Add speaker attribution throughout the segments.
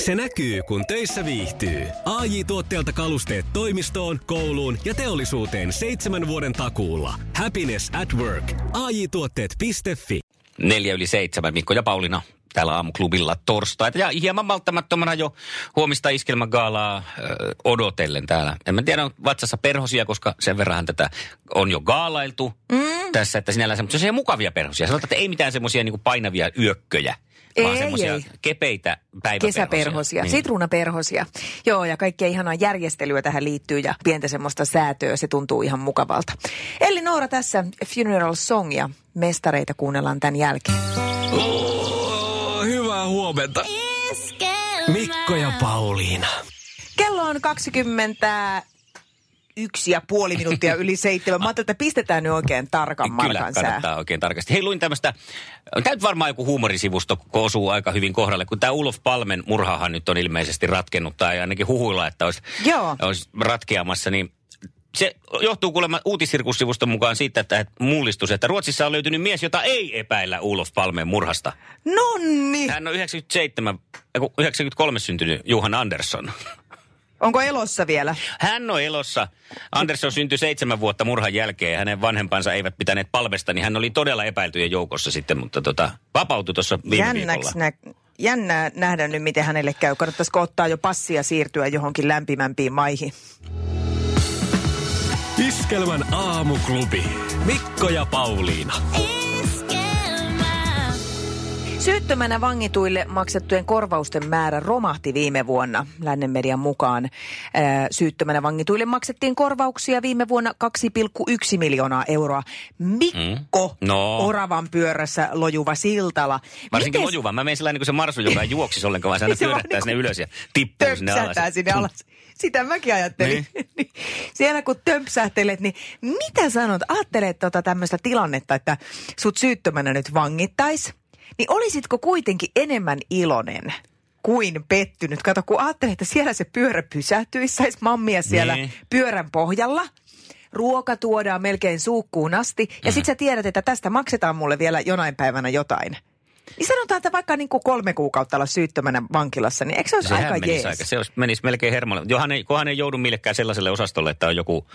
Speaker 1: Se näkyy, kun töissä viihtyy. ai tuotteelta kalusteet toimistoon, kouluun ja teollisuuteen seitsemän vuoden takuulla. Happiness at work. ai tuotteetfi
Speaker 2: Neljä yli seitsemän, Mikko ja Pauliina täällä aamuklubilla torstaita. Ja hieman malttamattomana jo huomista iskelmägaalaa äh, odotellen täällä. En mä tiedä, on vatsassa perhosia, koska sen verran tätä on jo gaalailtu mm. tässä, että sinällään semmoisia semmosia mukavia perhosia. Sanotaan, että ei mitään semmoisia niinku painavia yökköjä, vaan
Speaker 3: Ei,
Speaker 2: semmoisia
Speaker 3: ei.
Speaker 2: kepeitä päiväperhosia.
Speaker 3: Kesäperhosia, niin. sitruunaperhosia. Joo, ja kaikkea ihanaa järjestelyä tähän liittyy ja pientä semmoista säätöä, se tuntuu ihan mukavalta. Eli Noora tässä Funeral Song ja mestareita kuunnellaan tämän jälkeen.
Speaker 1: Oh, Hyvää huomenta. Mikko ja Pauliina.
Speaker 3: Kello on 20 yksi ja puoli minuuttia yli seitsemän. Mä ajattelin, että pistetään nyt oikein tarkan
Speaker 2: Kyllä,
Speaker 3: markan sää.
Speaker 2: kannattaa oikein tarkasti. Hei, luin tämmöistä, tämä nyt varmaan joku huumorisivusto kun osuu aika hyvin kohdalle, kun tämä Ulof Palmen murhahan nyt on ilmeisesti ratkennut, tai ainakin huhuilla, että olisi,
Speaker 3: Joo.
Speaker 2: olisi ratkeamassa, niin se johtuu kuulemma uutisirkussivuston mukaan siitä, että mullistus, että Ruotsissa on löytynyt mies, jota ei epäillä Ulof Palmen murhasta.
Speaker 3: Nonni!
Speaker 2: Hän on 97, ei kun 93 syntynyt Juhan Andersson.
Speaker 3: Onko elossa vielä?
Speaker 2: Hän on elossa. Andersson syntyi seitsemän vuotta murhan jälkeen. Hänen vanhempansa eivät pitäneet palvesta, niin hän oli todella epäiltyjen joukossa sitten, mutta tota, vapautui tuossa viime
Speaker 3: Jännäks
Speaker 2: viikolla.
Speaker 3: nä- jännää nähdä nyt, miten hänelle käy. Kannattaisiko ottaa jo passia siirtyä johonkin lämpimämpiin maihin?
Speaker 1: Iskelmän aamuklubi. Mikko ja Pauliina.
Speaker 3: Syyttömänä vangituille maksettujen korvausten määrä romahti viime vuonna. Lännen median mukaan ää, syyttömänä vangituille maksettiin korvauksia viime vuonna 2,1 miljoonaa euroa. Mikko
Speaker 2: Mm. No.
Speaker 3: oravan pyörässä lojuva Siltala.
Speaker 2: Varsinkin
Speaker 3: Mites
Speaker 2: lojuva. Mä menen sillä niin kuin se marsu, joka ei juoksisi ollenkaan, vaan se aina
Speaker 3: Se vaan
Speaker 2: pyörähtää
Speaker 3: niin
Speaker 2: sinne ylös ja tippuu sinne alas.
Speaker 3: töpsähtää sinne alas. Sitä mäkin ajattelin. Niin. Siellä kun tömpsähtelet, niin mitä sanot? Ajattelet tota tämmöistä tilannetta, että sut syyttömänä nyt vangittais, niin olisitko kuitenkin enemmän iloinen? kuin pettynyt. Kato, kun ajattelin, että siellä se pyörä pysähtyisi, saisi mammia siellä
Speaker 2: Niin.
Speaker 3: pyörän pohjalla. Ruoka tuodaan melkein suukkuun asti. Ja sit sä tiedät, että tästä maksetaan mulle vielä jonain päivänä jotain. Niin sanotaan, että vaikka niin kuin kolme kuukautta olla syyttömänä vankilassa, niin eikö se olisi
Speaker 2: Sehän
Speaker 3: aika
Speaker 2: menisi
Speaker 3: jees?
Speaker 2: aika. Se olisi, menisi melkein hermolle. Johan ei, kunhan ei joudu millekään sellaiselle osastolle, että on joku...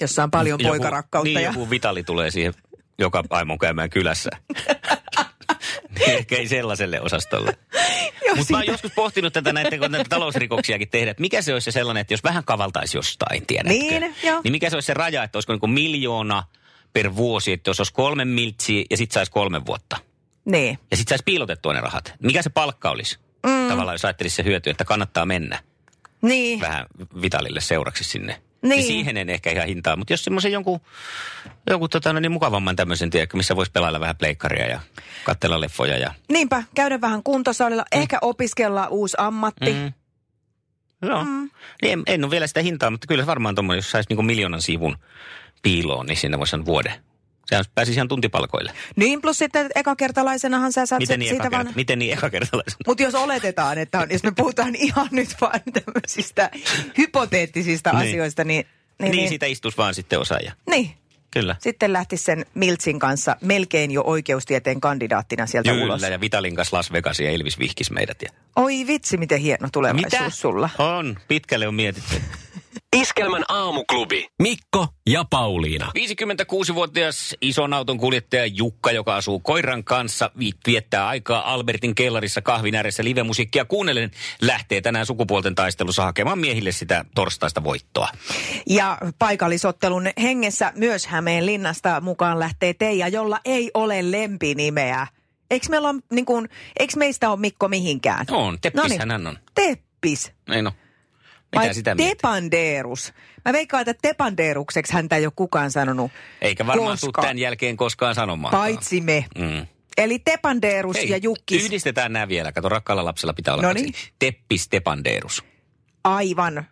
Speaker 3: jossa on paljon
Speaker 2: joku,
Speaker 3: poikarakkautta.
Speaker 2: Niin,
Speaker 3: ja...
Speaker 2: joku vitali tulee siihen joka aimon käymään kylässä. Niin, Ehkä ei sellaiselle osastolle.
Speaker 3: Joo,
Speaker 2: Mutta mä oon
Speaker 3: siitä-
Speaker 2: joskus pohtinut tätä näitä, kun näitä talousrikoksiakin tehdään, että mikä se olisi se sellainen, että jos vähän kavaltaisi jostain, tiedätkö?
Speaker 3: Niin, joo.
Speaker 2: Niin mikä se olisi se raja, että olisiko niinku miljoona per vuosi, että jos olisi kolme miltsiä ja sitten saisi kolme vuotta.
Speaker 3: Niin.
Speaker 2: Ja sitten saisi piilotettua ne rahat. Mikä se palkka olisi? Mm. Tavallaan jos ajattelisi se hyöty, että kannattaa mennä
Speaker 3: Niin.
Speaker 2: vähän Vitalille seuraksi sinne.
Speaker 3: Niin.
Speaker 2: niin siihen en ehkä ihan hintaa, mutta jos semmoisen jonkun, jonkun tota, no niin mukavamman tämmöisen, tiedätkö, missä voisi pelailla vähän pleikkaria ja katsella leffoja ja
Speaker 3: Niinpä, käydä vähän kuntosalilla, mm. ehkä opiskella uusi ammatti. Mm.
Speaker 2: Joo. Mm. Niin en, en ole vielä sitä hintaa, mutta kyllä varmaan tuommoinen, jos saisi niinku miljoonan sivun piiloon, niin siinä voisi sanoa vuoden. Sehän pääsisi ihan tuntipalkoille.
Speaker 3: Niin, plus sitten ekakertalaisenahan sä saat
Speaker 2: Miten
Speaker 3: sen-
Speaker 2: niin,
Speaker 3: siitä
Speaker 2: ekakert-
Speaker 3: vaan...
Speaker 2: miten niin ekakertalaisena?
Speaker 3: Mutta jos oletetaan, että on, jos me puhutaan ihan nyt vaan tämmöisistä hypoteettisista
Speaker 2: Niin.
Speaker 3: asioista, niin...
Speaker 2: Niin, niin,
Speaker 3: niin,
Speaker 2: siitä istuisi vaan sitten osaaja.
Speaker 3: niin.
Speaker 2: Kyllä.
Speaker 3: Sitten lähti sen Miltsin kanssa melkein jo oikeustieteen kandidaattina sieltä ulos.
Speaker 2: Kyllä, ja Vitalin kanssa Las Vegas ja Elvis vihkis meidät. Ja...
Speaker 3: Oi vitsi, miten hieno tulevaisuus sulla.
Speaker 2: On, pitkälle on mietitty.
Speaker 1: Iskelmän aamuklubi. Mikko ja Pauliina.
Speaker 2: 56-vuotias ison auton kuljettaja Jukka, joka asuu koiran kanssa, vi- viettää aikaa Albertin kellarissa kahvin ääressä livemusiikkia kuunnellen, lähtee tänään sukupuolten taistelussa hakemaan miehille sitä torstaista voittoa.
Speaker 3: Ja paikallisottelun hengessä myös Hämeen linnasta mukaan lähtee Teija, jolla ei ole lempinimeä. Eikö, meillä on, niin kuin, eikö meistä ole Mikko mihinkään?
Speaker 2: No On, teppishän hän on.
Speaker 3: Teppis.
Speaker 2: Ei no. Mitä
Speaker 3: Vai
Speaker 2: sitä miettii?
Speaker 3: Tepandeerus. Mä veikkaan, että Tepandeerukseksi häntä ei ole kukaan sanonut.
Speaker 2: Eikä varmaan
Speaker 3: koska-
Speaker 2: tule tämän jälkeen koskaan sanomaan.
Speaker 3: Paitsi me.
Speaker 2: Mm.
Speaker 3: Eli Tepandeerus ja Jukkis.
Speaker 2: Yhdistetään nämä vielä. Kato, rakkaalla lapsella pitää olla
Speaker 3: Noniin.
Speaker 2: kaksi. Teppis Tepandeerus.
Speaker 3: Aivan.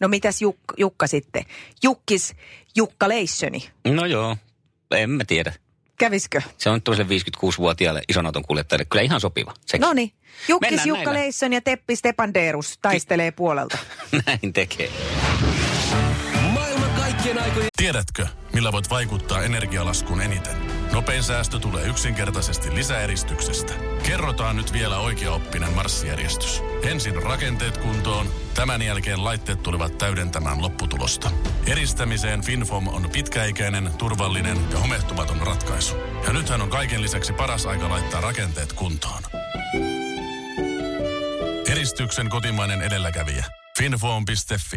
Speaker 3: No mitäs Juk, Jukka sitten? Jukkis Jukka Leissöni.
Speaker 2: No joo, en mä tiedä.
Speaker 3: Käviskö?
Speaker 2: Se on tuollaiselle 56-vuotiaalle ison auton kuljettajalle kyllä ihan sopiva. Sekin.
Speaker 3: No niin. Jukkis
Speaker 2: Mennään
Speaker 3: Jukka
Speaker 2: näillä.
Speaker 3: Leisson ja Teppi Stepandeerus taistelee puolelta.
Speaker 2: Näin tekee.
Speaker 1: Maailman kaikkien aikojen...
Speaker 4: Tiedätkö, millä voit vaikuttaa energialaskuun eniten? Nopein säästö tulee yksinkertaisesti lisäeristyksestä. Kerrotaan nyt vielä oikeaoppinen marssijärjestys. Ensin rakenteet kuntoon, tämän jälkeen laitteet tulevat täydentämään lopputulosta. Eristämiseen FinFom on pitkäikäinen, turvallinen ja homehtumaton ratkaisu. Ja nythän on kaiken lisäksi paras aika laittaa rakenteet kuntoon. Eristyksen kotimainen edelläkävijä. Finfoam.fi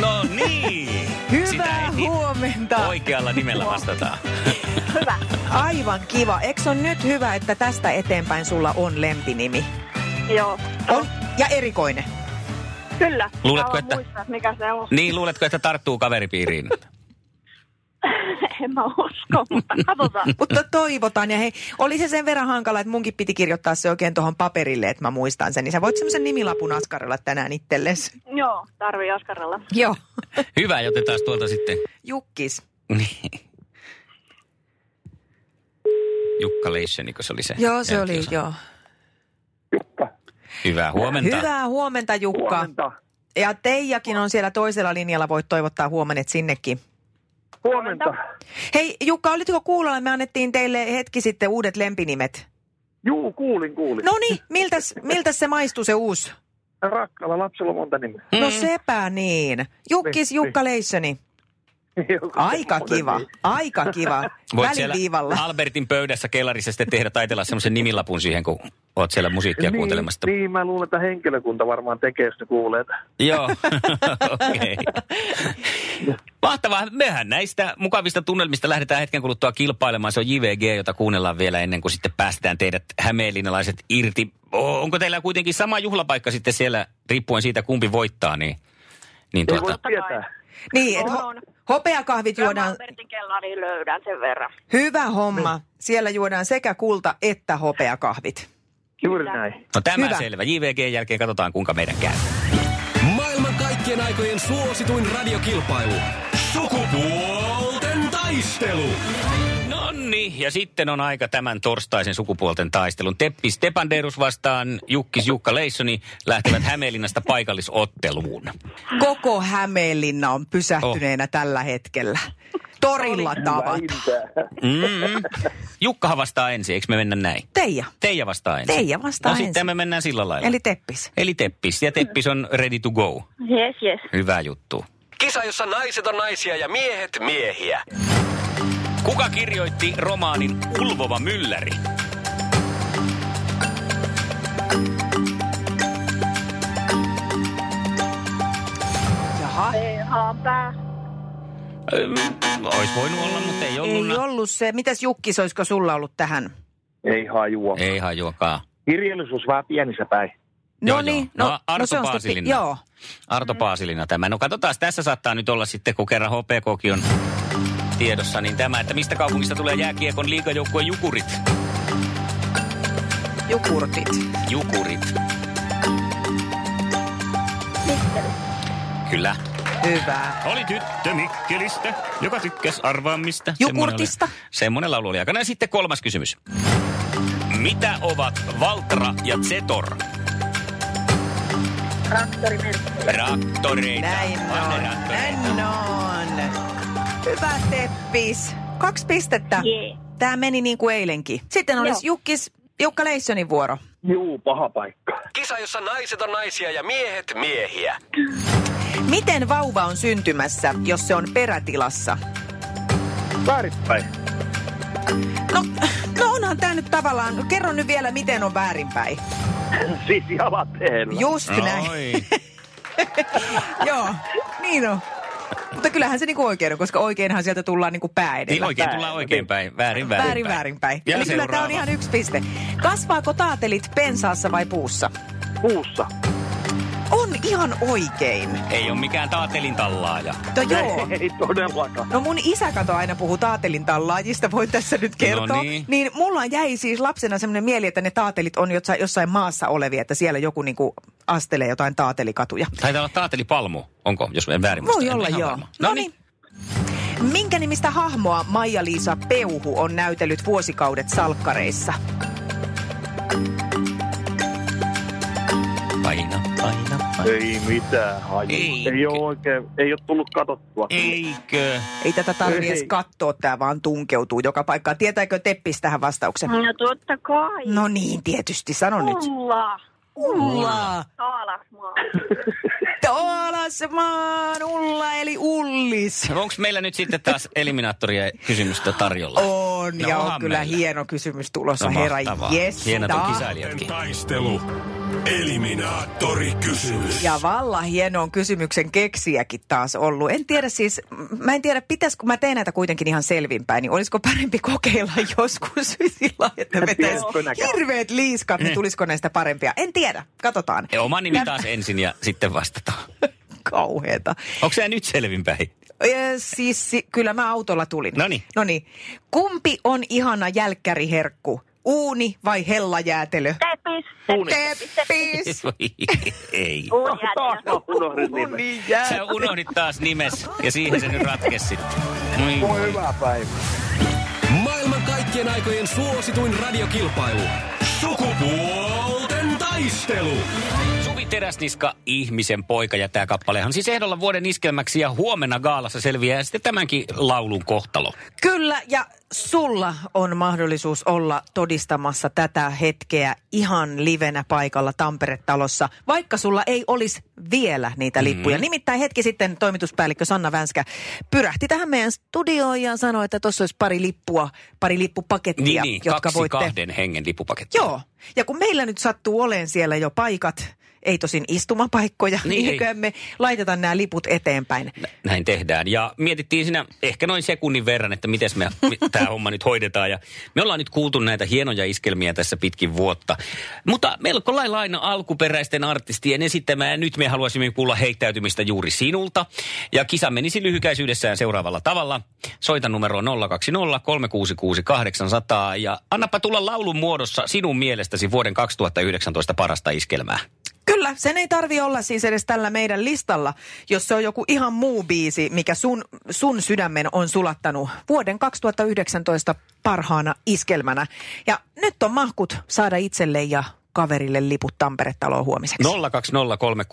Speaker 2: No niin.
Speaker 3: Hyvää huomenta.
Speaker 2: Oikealla nimellä vastataan.
Speaker 5: Hyvä.
Speaker 3: Aivan kiva. Eikö on nyt hyvä, että tästä eteenpäin sulla on lempinimi?
Speaker 5: Joo.
Speaker 3: On. Ja erikoinen.
Speaker 5: Kyllä.
Speaker 2: Luuletko,
Speaker 5: Mä en
Speaker 2: että-
Speaker 5: Muistaa, mikä se on.
Speaker 2: Niin, luuletko, että tarttuu kaveripiiriin?
Speaker 5: en mä usko, mutta katsotaan.
Speaker 3: Mutta toivotaan. Ja hei, oli se sen verran hankala, että munkin piti kirjoittaa se oikein tuohon paperille, että mä muistan sen. Niin sä voit semmoisen nimilapun askarella tänään itsellesi.
Speaker 5: Joo, tarvii askarella.
Speaker 3: Joo.
Speaker 2: Hyvä, joten taas tuolta sitten.
Speaker 3: Jukkis.
Speaker 2: Niin. Jukka Leisseniko se oli se?
Speaker 3: Joo, se oli,
Speaker 2: jälkiosa?
Speaker 3: joo.
Speaker 2: Hyvää huomenta.
Speaker 3: Hyvää huomenta, Jukka.
Speaker 6: Huomenta.
Speaker 3: Ja Teijakin on siellä toisella linjalla. Voit toivottaa huomenet sinnekin.
Speaker 6: Huomenta.
Speaker 3: Hei Jukka, olitko kuulolla? Me annettiin teille hetki sitten uudet lempinimet.
Speaker 6: Juu, kuulin, kuulin.
Speaker 3: No niin, miltäs, miltäs se maistuu se uusi?
Speaker 6: Rakkaalla lapsella on monta nimeä.
Speaker 3: No
Speaker 2: Mm.
Speaker 3: sepä niin. Jukkis
Speaker 6: Niin,
Speaker 3: Jukka Leissoni.
Speaker 6: Joku
Speaker 3: Aika
Speaker 6: semmoinen
Speaker 3: kiva,
Speaker 6: niin.
Speaker 3: aika kiva.
Speaker 2: Voit
Speaker 3: Väliviivalla.
Speaker 2: siellä Ah. Albertin pöydässä kellarissa sitten tehdä, taitella semmoisen nimilapun siihen, kun oot siellä musiikkia
Speaker 6: Niin,
Speaker 2: kuuntelemassa.
Speaker 6: niin, mä luulen, että henkilökunta varmaan tekee, jos ne kuulee. että
Speaker 2: Joo, okei. Mahtavaa. Mehän näistä mukavista tunnelmista lähdetään hetken kuluttua kilpailemaan. Se on JVG, jota kuunnellaan vielä ennen kuin sitten päästään teidät hämeenlinnalaiset irti. O- Onko teillä kuitenkin sama juhlapaikka sitten siellä, riippuen siitä kumpi voittaa, niin, niin
Speaker 6: Ei voi
Speaker 2: tuota,
Speaker 6: tietää.
Speaker 3: Niin, et ho-
Speaker 5: On.
Speaker 3: hopeakahvit
Speaker 5: Kyllä mä
Speaker 3: juodaan.
Speaker 5: Albertin kellariin niin löydän sen verran.
Speaker 3: Hyvä homma. Siellä juodaan sekä kulta että hopeakahvit.
Speaker 6: Juuri näin.
Speaker 2: no tämä
Speaker 3: Hyvä.
Speaker 2: selvä. JVG jälkeen katsotaan, kuinka meidän käy.
Speaker 1: Maailman kaikkien aikojen suosituin radiokilpailu. Sukupuolten taistelu.
Speaker 2: No niin, ja sitten on aika tämän torstaisen sukupuolten taistelun. Teppi Stepanderus vastaan Jukkis Jukka Leissoni lähtevät Hämeenlinnasta paikallisotteluun.
Speaker 3: Koko Hämeenlinna on pysähtyneenä
Speaker 2: Oh.
Speaker 3: tällä hetkellä. Torilla tavata.
Speaker 6: Vähintään.
Speaker 2: Mm-mm. Mm-hmm. Jukkahan vastaa ensin, eikö me mennä näin?
Speaker 3: Teija.
Speaker 2: Teija vastaa ensin.
Speaker 3: Teija vastaa
Speaker 2: no,
Speaker 3: ensin.
Speaker 2: sitten me mennään sillä lailla.
Speaker 3: Eli Teppis.
Speaker 2: Eli Teppis. Ja Teppis on ready to go.
Speaker 5: Yes, yes.
Speaker 2: Hyvä juttu.
Speaker 1: Kisa, jossa naiset on naisia ja miehet miehiä.
Speaker 2: Kuka kirjoitti romaanin Ulvova mylläri?
Speaker 3: Jaha.
Speaker 5: Haanpää.
Speaker 2: Ois voinut olla, mutta ei ollut.
Speaker 3: Ei ollut se. Mitäs Jukkis, olisiko sulla ollut tähän?
Speaker 6: Ei hajua.
Speaker 2: ei hajuakaan.
Speaker 6: Kirjallisuus vähän pienissä päin.
Speaker 2: Joo,
Speaker 3: No niin,
Speaker 2: joo. No,
Speaker 3: no,
Speaker 2: Arto
Speaker 3: no se on sitten-
Speaker 2: Paasilinna.
Speaker 3: Joo,
Speaker 2: Arto Paasilina tämä. No katsotaan, tässä saattaa nyt olla sitten, kun kerran HPKkin on tiedossa, niin tämä, että mistä kaupungista tulee jääkiekon liigajoukkueen jukurit?
Speaker 3: jukurtit.
Speaker 2: Jukurit. Kyllä.
Speaker 3: Hyvä.
Speaker 2: Oli tyttö Mikkelistä, joka tykkäs arvaamista.
Speaker 3: Jukurtista.
Speaker 2: Semmoinen oli- Semmoinen laulu oli aikana. Ja sitten kolmas kysymys. Mitä ovat Valtra ja Zetor?
Speaker 5: Traktorimerkki.
Speaker 2: Traktoreita.
Speaker 3: Näin on.
Speaker 2: Vannerattoreita.
Speaker 3: Näin on. Hyvä Teppis. Kaksi pistettä.
Speaker 5: Jee.
Speaker 3: Tämä meni niin kuin eilenkin. Sitten olisi
Speaker 5: Joo.
Speaker 3: Jukkis, Jukka Leissonin vuoro.
Speaker 6: Juu, paha paikka.
Speaker 1: Kisa, jossa naiset on naisia ja miehet miehiä.
Speaker 3: Miten vauva on syntymässä, jos se on perätilassa?
Speaker 6: Väärinpäin.
Speaker 3: No, no onhan tämä nyt tavallaan. Kerro nyt vielä, miten on väärinpäin.
Speaker 6: Siis jalateellä.
Speaker 3: Just näin.
Speaker 2: Oi.
Speaker 3: Joo, niin on. Mutta kyllähän se niinku oikein on, koska oikeinhan sieltä tullaan niinku pää edellä.
Speaker 2: Niin oikein tullaan oikein päin. Väärin väärin,
Speaker 3: Väärin väärinpäin.
Speaker 2: Ja
Speaker 3: Eli kyllä tämä
Speaker 2: seuraava.
Speaker 3: on ihan yksi piste. Kasvaako taatelit pensaassa vai puussa?
Speaker 6: Puussa.
Speaker 3: On ihan oikein.
Speaker 2: Ei ole mikään taatelin tallaaja.
Speaker 3: No joo.
Speaker 6: Ei todellakaan.
Speaker 3: No mun isä kato aina puhuu taatelin tallaajista, voin tässä nyt kertoa.
Speaker 2: niin.
Speaker 3: niin mulla jäi siis lapsena semmoinen mieli, että ne taatelit on jotsa- jossain maassa olevia, että siellä joku niinku astelee jotain taatelikatuja.
Speaker 2: Taitaa olla Taateli Palmu, onko, jos en väärin muista.
Speaker 3: Voi
Speaker 2: En
Speaker 3: olla
Speaker 2: No ihan
Speaker 3: joo.
Speaker 2: varma. No niin.
Speaker 3: Minkä nimistä hahmoa Maija-Liisa Peuhu on näytellyt vuosikaudet salkkareissa?
Speaker 2: Paina, paina, paina.
Speaker 6: Ei mitään haju.
Speaker 2: Ei.
Speaker 6: Ei, ei ole oikein, ei ole tullut katsottua.
Speaker 2: Eikö?
Speaker 3: Ei tätä tarvitse
Speaker 6: Ei.
Speaker 3: edes katsoa, tämä vaan tunkeutuu joka paikkaan. Tietääkö Teppis tähän vastauksen?
Speaker 5: No totta kai.
Speaker 3: No niin, tietysti, sano
Speaker 7: No niin.
Speaker 5: Mm.
Speaker 3: nyt.
Speaker 5: Ulla.
Speaker 3: Ulla.
Speaker 5: Taalasmaa.
Speaker 3: Toolasmaan Ulla eli Ullis.
Speaker 2: Onko meillä nyt sitten taas eliminaattoria kysymystä tarjolla?
Speaker 3: On,
Speaker 2: No
Speaker 3: ja on
Speaker 2: onhan
Speaker 3: kyllä
Speaker 2: meillä.
Speaker 3: hieno kysymys tulossa,
Speaker 2: No
Speaker 3: herra
Speaker 2: mahtavaa. Hienot on
Speaker 3: Jesta.
Speaker 2: kisailijatkin.
Speaker 4: Taistelu. Eliminaattori kysymys.
Speaker 3: Ja valla hienon kysymyksen keksijäkin taas ollut. En tiedä siis, m- mä en tiedä, pitäis, kun mä teen näitä kuitenkin ihan selvinpäin, niin olisiko parempi kokeilla joskus sillä lailla, että vetäis
Speaker 6: Joo.
Speaker 3: hirveät liiskat, niin tulisiko näistä parempia. En tiedä, katsotaan.
Speaker 2: Ja Mm. Oma nimi taas ensin ja sitten vastataan.
Speaker 3: Kauheeta.
Speaker 2: Onko se nyt selvinpäin?
Speaker 3: Ö, Siis si- kyllä mä autolla tulin.
Speaker 2: Noniin.
Speaker 3: Noniin. Kumpi on ihana jälkkäriherkku? Uuni vai hellajäätelö?
Speaker 5: Tepis.
Speaker 3: Teppis!
Speaker 2: Ei.
Speaker 6: No, taas mä unohdin
Speaker 3: No
Speaker 6: nimen.
Speaker 3: niin.
Speaker 2: Sä unohdit taas nimes ja siihen se nyt ratkesi.
Speaker 6: Voi hyvää päivää.
Speaker 1: Maailman kaikkien aikojen suosituin radiokilpailu. Sukupuolten taistelu.
Speaker 2: Suvi Teräsniska, ihmisen poika ja tämä kappalehan siis ehdolla vuoden iskelmäksi ja huomenna gaalassa selviää sitten tämänkin laulun kohtalo.
Speaker 3: Kyllä, ja sulla on mahdollisuus olla todistamassa tätä hetkeä ihan livenä paikalla Tampere-talossa, vaikka sulla ei olisi vielä niitä
Speaker 2: Mm-hmm.
Speaker 3: lippuja. Mm. Nimittäin hetki sitten toimituspäällikkö Sanna Vänskä pyrähti tähän meidän studioon ja sanoi, että tuossa olisi pari lippua, pari
Speaker 2: Niin,
Speaker 3: lippupakettia,
Speaker 2: niin
Speaker 3: jotka
Speaker 2: kaksi
Speaker 3: voitte...
Speaker 2: kahden hengen lipupaketti.
Speaker 3: Joo, ja kun meillä nyt sattuu oleen siellä jo paikat, ei tosin istumapaikkoja,
Speaker 2: Niin,
Speaker 3: niin, niin me laitetaan nämä liput eteenpäin.
Speaker 2: Näin tehdään. Ja mietittiin siinä ehkä noin sekunnin verran, että miten me tämä homma nyt hoidetaan. Ja me ollaan nyt kuultu näitä hienoja iskelmiä tässä pitkin vuotta. Mutta melko lailla aina alkuperäisten artistien esittämään. Ja Nyt me haluaisimme kuulla heittäytymistä juuri sinulta. Ja kisa menisi lyhykäisyydessään seuraavalla tavalla. Soita numero 020 366 800 ja annapa tulla laulun muodossa sinun mielestäsi vuoden 2019 parasta iskelmää.
Speaker 3: Kyllä, sen ei tarvi olla siis edes tällä meidän listalla, jos se on joku ihan muu biisi, mikä sun, sun sydämen on sulattanut vuoden 2019 parhaana iskelmänä. Ja nyt on mahkut saada itselle ja kaverille liput Tampere-taloon huomiseksi.
Speaker 2: No.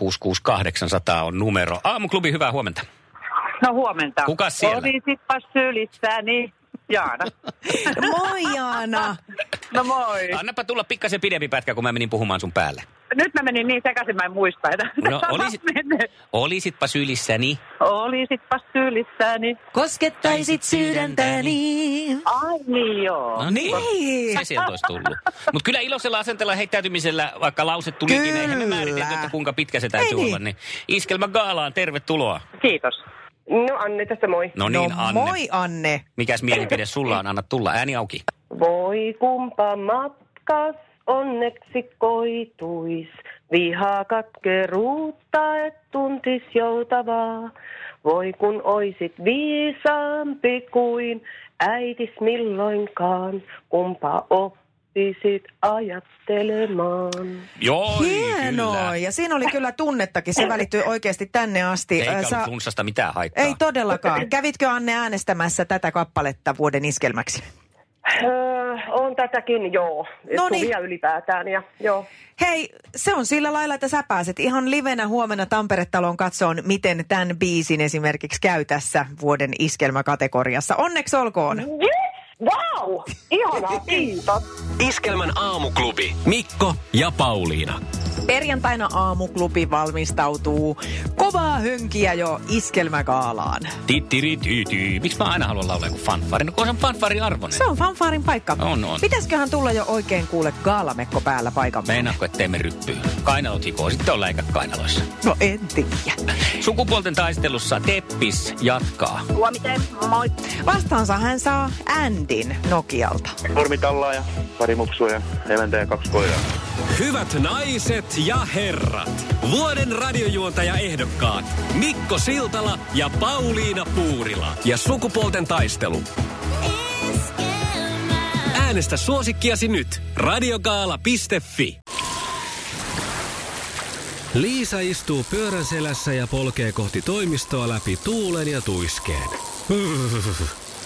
Speaker 2: 020366800 on numero. Aamuklubi, hyvää huomenta.
Speaker 7: No huomenta.
Speaker 2: Kuka siellä?
Speaker 7: Olisitpas sylissäni. Jaana.
Speaker 3: Moi Jaana!
Speaker 7: No moi.
Speaker 2: Annapa tulla pikkasen pidempi pätkä, kun mä menin puhumaan sun päälle.
Speaker 7: Nyt mä menin niin sekaisin, mä en muista enää.
Speaker 2: No, olisit, olisitpa sylissäni.
Speaker 7: Olisitpas
Speaker 8: niin-
Speaker 7: sylissäni.
Speaker 3: Koskettaisit sydäntäni.
Speaker 7: Ai niin joo.
Speaker 2: No
Speaker 3: niin.
Speaker 2: Se sieltä olisi tullut. Mutta kyllä iloisella asenteella heittäytymisellä, vaikka lause tulikin,
Speaker 3: Kyllä.
Speaker 2: eihän me määritelty, että kuinka pitkä se täytyy
Speaker 3: Ei niin.
Speaker 2: olla. Niin. Iskelmä Gaalaan, tervetuloa.
Speaker 7: Kiitos.
Speaker 8: No Anne tässä moi.
Speaker 2: No niin,
Speaker 3: no,
Speaker 2: Anne.
Speaker 3: moi Anne!
Speaker 2: Mikäs mielipide sulla on? Anna tulla, ääni auki.
Speaker 8: Voi kumpa matkas onneksi koituis. Vihaa katkeruutta et tuntis joutavaa. Voi kun oisit viisaampi kuin äitis milloinkaan. Kumpa oppisit ajattelemaan.
Speaker 2: Joo,
Speaker 3: Hienoa!
Speaker 2: kyllä.
Speaker 3: Ja siinä oli kyllä tunnettakin, se välittyi oikeasti tänne asti.
Speaker 2: Eikä
Speaker 3: Äh,
Speaker 2: ollut
Speaker 3: sä-
Speaker 2: flunssasta mitään haittaa.
Speaker 3: Ei todellakaan. Kävitkö Anne äänestämässä tätä kappaletta vuoden iskelmäksi?
Speaker 8: Öö, on tätäkin, joo.
Speaker 3: No niin.
Speaker 8: Suvia ylipäätään ja joo.
Speaker 3: Hei, se on sillä lailla, että sä pääset ihan livenä huomenna Tampere-taloon katsoon, miten tämän biisin esimerkiksi käy tässä vuoden iskelmäkategoriassa. Onneksi olkoon.
Speaker 8: Yes! Wow! Ihanaa, kiitos.
Speaker 1: Iskelmän aamuklubi. Mikko ja Pauliina.
Speaker 3: Perjantaina aamuklubi valmistautuu kovaa hönkiä jo iskelmäkaalaan.
Speaker 2: Tittirityty. Miksi mä aina haluan laulaa kuin fanfari? No kun se on fanfari arvoinen.
Speaker 3: Se on fanfaarin paikka.
Speaker 2: On, on.
Speaker 3: Pitäisköhän tulla jo oikein kuule gaalamekko päällä paikan päällä?
Speaker 2: Meinaatko, ettei me ryppyy? Kainalot hikoo, sitten on läikät kainaloissa.
Speaker 3: No en tiedä.
Speaker 2: Sukupuolten taistelussa Teppis jatkaa.
Speaker 5: Huomiten. Moi.
Speaker 3: Vastaansa hän saa Andin Nokialta.
Speaker 6: Nurmit alla ja pari muksua ja emäntä ja kaksi koiraa.
Speaker 1: Hyvät naiset ja herrat, vuoden radiojuontaja ehdokkaat Mikko Siltala ja Pauliina Puurila ja sukupuolten taistelu. Äänestä suosikkiasi nyt radiogaala.fi. Liisa istuu pyörän selässä ja polkee kohti toimistoa läpi tuulen ja tuiskeen.